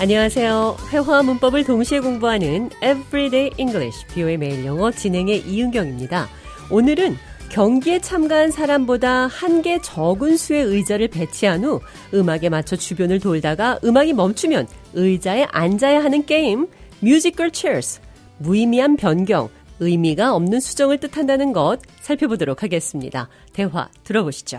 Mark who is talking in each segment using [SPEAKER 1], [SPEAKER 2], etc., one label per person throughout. [SPEAKER 1] 안녕하세요. 회화와 문법을 동시에 공부하는 Everyday English, 비오의 매일 영어 진행의 이은경입니다. 오늘은 경기에 참가한 사람보다 한 개 적은 수의 의자를 배치한 후 음악에 맞춰 주변을 돌다가 음악이 멈추면 의자에 앉아야 하는 게임, Musical Chairs, 무의미한 변경, 의미가 없는 수정을 뜻한다는 것 살펴보도록 하겠습니다. 대화 들어보시죠.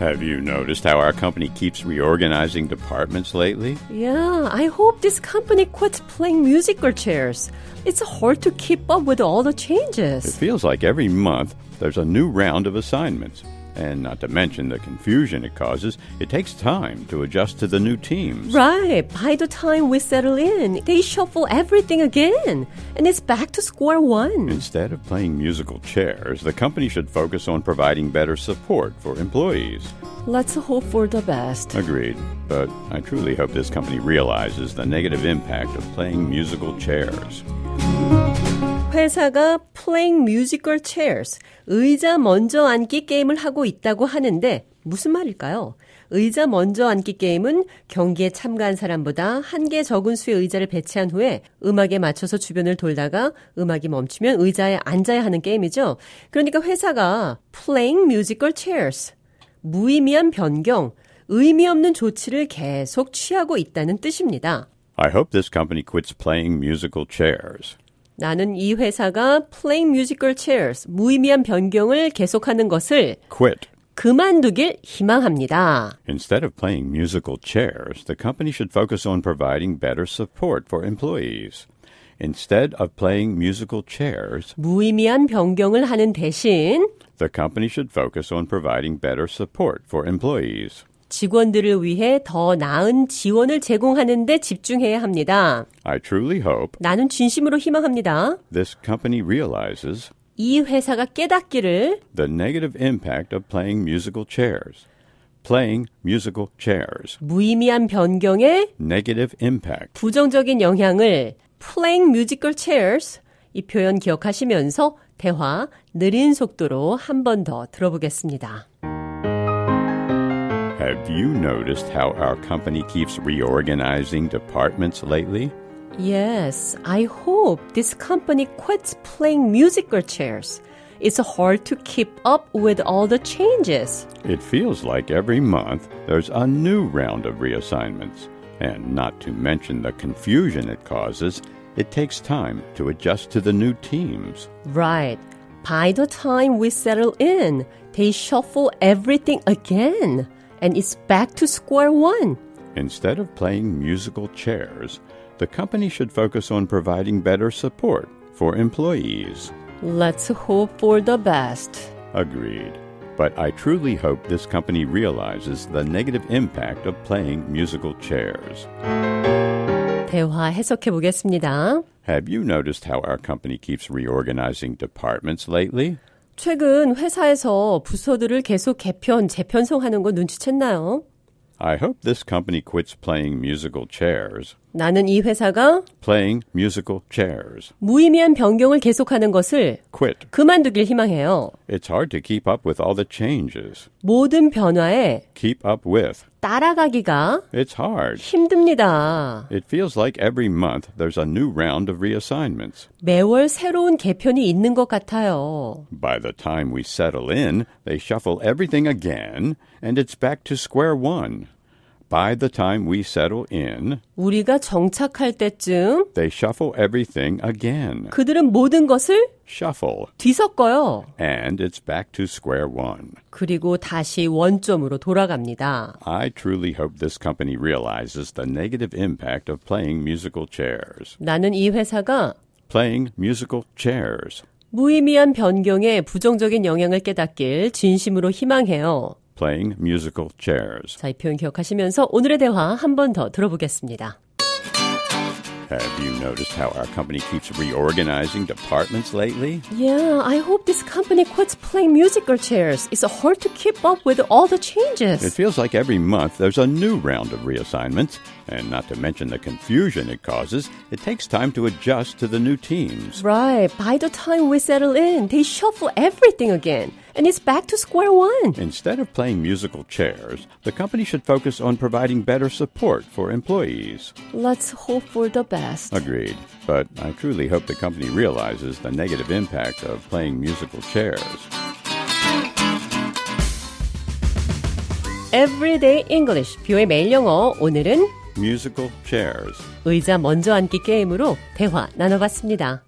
[SPEAKER 2] Have you noticed how our company keeps reorganizing departments lately?
[SPEAKER 1] Yeah, I hope this company quits playing musical chairs. It's hard to keep up with all the
[SPEAKER 2] It
[SPEAKER 1] changes.
[SPEAKER 2] feels like every month there's a new round of assignments. And not to mention the confusion it causes, it takes time to adjust to the new teams.
[SPEAKER 1] Right, by the time we settle in, they shuffle everything again, and it's back to square one.
[SPEAKER 2] Instead of playing musical chairs, the company should focus on providing better support for employees.
[SPEAKER 1] Let's hope for the best.
[SPEAKER 2] Agreed. But I truly hope this company realizes the negative impact of playing musical chairs.
[SPEAKER 1] 회사가 playing musical chairs, 의자 먼저 앉기 게임을 하고 있다고 하는데 무슨 말일까요? 의자 먼저 앉기 게임은 경기에 참가한 사람보다 한 개 적은 수의 의자를 배치한 후에 음악에 맞춰서 주변을 돌다가 음악이 멈추면 의자에 앉아야 하는 게임이죠. 그러니까 회사가 playing musical chairs, 무의미한 변경, 의미 없는 조치를 계속 취하고 있다는 뜻입니다.
[SPEAKER 2] I hope this company quits playing musical chairs.
[SPEAKER 1] 나는 이 회사가 playing musical chairs, 무의미한 변경을 계속하는 것을
[SPEAKER 2] Quit.
[SPEAKER 1] 그만두길 희망합니다.
[SPEAKER 2] Instead of playing musical chairs, the company should focus on providing better support for employees. Instead of playing musical chairs,
[SPEAKER 1] 무의미한 변경을 하는 대신
[SPEAKER 2] the company should focus on providing better support for employees.
[SPEAKER 1] 직원들을 위해 더 나은 지원을 제공하는 데 집중해야 합니다.
[SPEAKER 2] I truly hope
[SPEAKER 1] 나는 진심으로 희망합니다.
[SPEAKER 2] this company realizes
[SPEAKER 1] 이 회사가 깨닫기를
[SPEAKER 2] the negative impact of playing musical chairs. Playing musical chairs.
[SPEAKER 1] 무의미한 변경의
[SPEAKER 2] Negative impact.
[SPEAKER 1] 부정적인 영향을 playing musical chairs 이 표현 기억하시면서 대화 느린 속도로 한 번 더 들어보겠습니다.
[SPEAKER 2] Have you noticed how our company keeps reorganizing departments lately?
[SPEAKER 1] Yes, I hope this company quits playing musical chairs. It's hard to keep up with all the changes.
[SPEAKER 2] It feels like every month there's a new round of reassignments. And not to mention the confusion it causes, it takes time to adjust to the new teams.
[SPEAKER 1] Right. By the time we settle in, they shuffle everything again. And it's back to square one.
[SPEAKER 2] Instead of playing musical chairs, the company should focus on providing better support for employees.
[SPEAKER 1] Let's hope for the best.
[SPEAKER 2] Agreed. But I truly hope this company realizes the negative impact of playing musical chairs.
[SPEAKER 1] 대화 해석해 보겠습니다.
[SPEAKER 2] Have you noticed how our company keeps reorganizing departments lately?
[SPEAKER 1] 최근 회사에서 부서들을 계속 개편, 재편성하는 거 눈치챘나요?
[SPEAKER 2] I hope this company quits playing musical chairs.
[SPEAKER 1] 나는 이 회사가
[SPEAKER 2] Playing musical chairs.
[SPEAKER 1] 무의미한 변경을 계속하는 것을
[SPEAKER 2] Quit.
[SPEAKER 1] 그만두길 희망해요.
[SPEAKER 2] It's hard to keep up with all the changes.
[SPEAKER 1] 모든 변화에
[SPEAKER 2] Keep up with.
[SPEAKER 1] 따라가기가
[SPEAKER 2] It's hard.
[SPEAKER 1] 힘듭니다.
[SPEAKER 2] It feels like every month there's a new round of reassignments.
[SPEAKER 1] 매월 새로운 개편이 있는 것 같아요.
[SPEAKER 2] By the time we settle in, they shuffle everything again, and it's back to square one. By the time we settle in,
[SPEAKER 1] 우리가 정착할 때쯤
[SPEAKER 2] they shuffle everything again.
[SPEAKER 1] 그들은 모든 것을
[SPEAKER 2] Shuffle.
[SPEAKER 1] 뒤섞어요.
[SPEAKER 2] And it's back to square one.
[SPEAKER 1] 그리고 다시 원점으로 돌아갑니다.
[SPEAKER 2] I truly hope this company realizes the negative impact of playing musical chairs.
[SPEAKER 1] 나는 이 회사가
[SPEAKER 2] Playing musical chairs.
[SPEAKER 1] 무의미한 변경에 부정적인 영향을 깨닫길 진심으로 희망해요.
[SPEAKER 2] Playing musical chairs.
[SPEAKER 1] 자, 이 표현 기억하시면서 오늘의 대화 한 번 더 들어보겠습니다.
[SPEAKER 2] Have you noticed how our company keeps reorganizing departments lately?
[SPEAKER 1] Yeah, I hope this company quits playing musical chairs. It's hard to keep up with all the
[SPEAKER 2] It
[SPEAKER 1] changes.
[SPEAKER 2] feels like every month there's a new round of reassignments, And not to mention the confusion it causes, it takes time to adjust to the new teams.
[SPEAKER 1] Right. By the time we settle in, they shuffle everything again. And it's back to square one.
[SPEAKER 2] Instead of playing musical chairs, the company should focus on providing better support for employees.
[SPEAKER 1] Let's hope for the best.
[SPEAKER 2] Agreed. But I truly hope the company realizes the negative impact of playing musical chairs.
[SPEAKER 1] Everyday English. 뷰의 매일 영어. 오늘은
[SPEAKER 2] Musical chairs.
[SPEAKER 1] 의자 먼저 앉기 게임으로 대화 나눠봤습니다.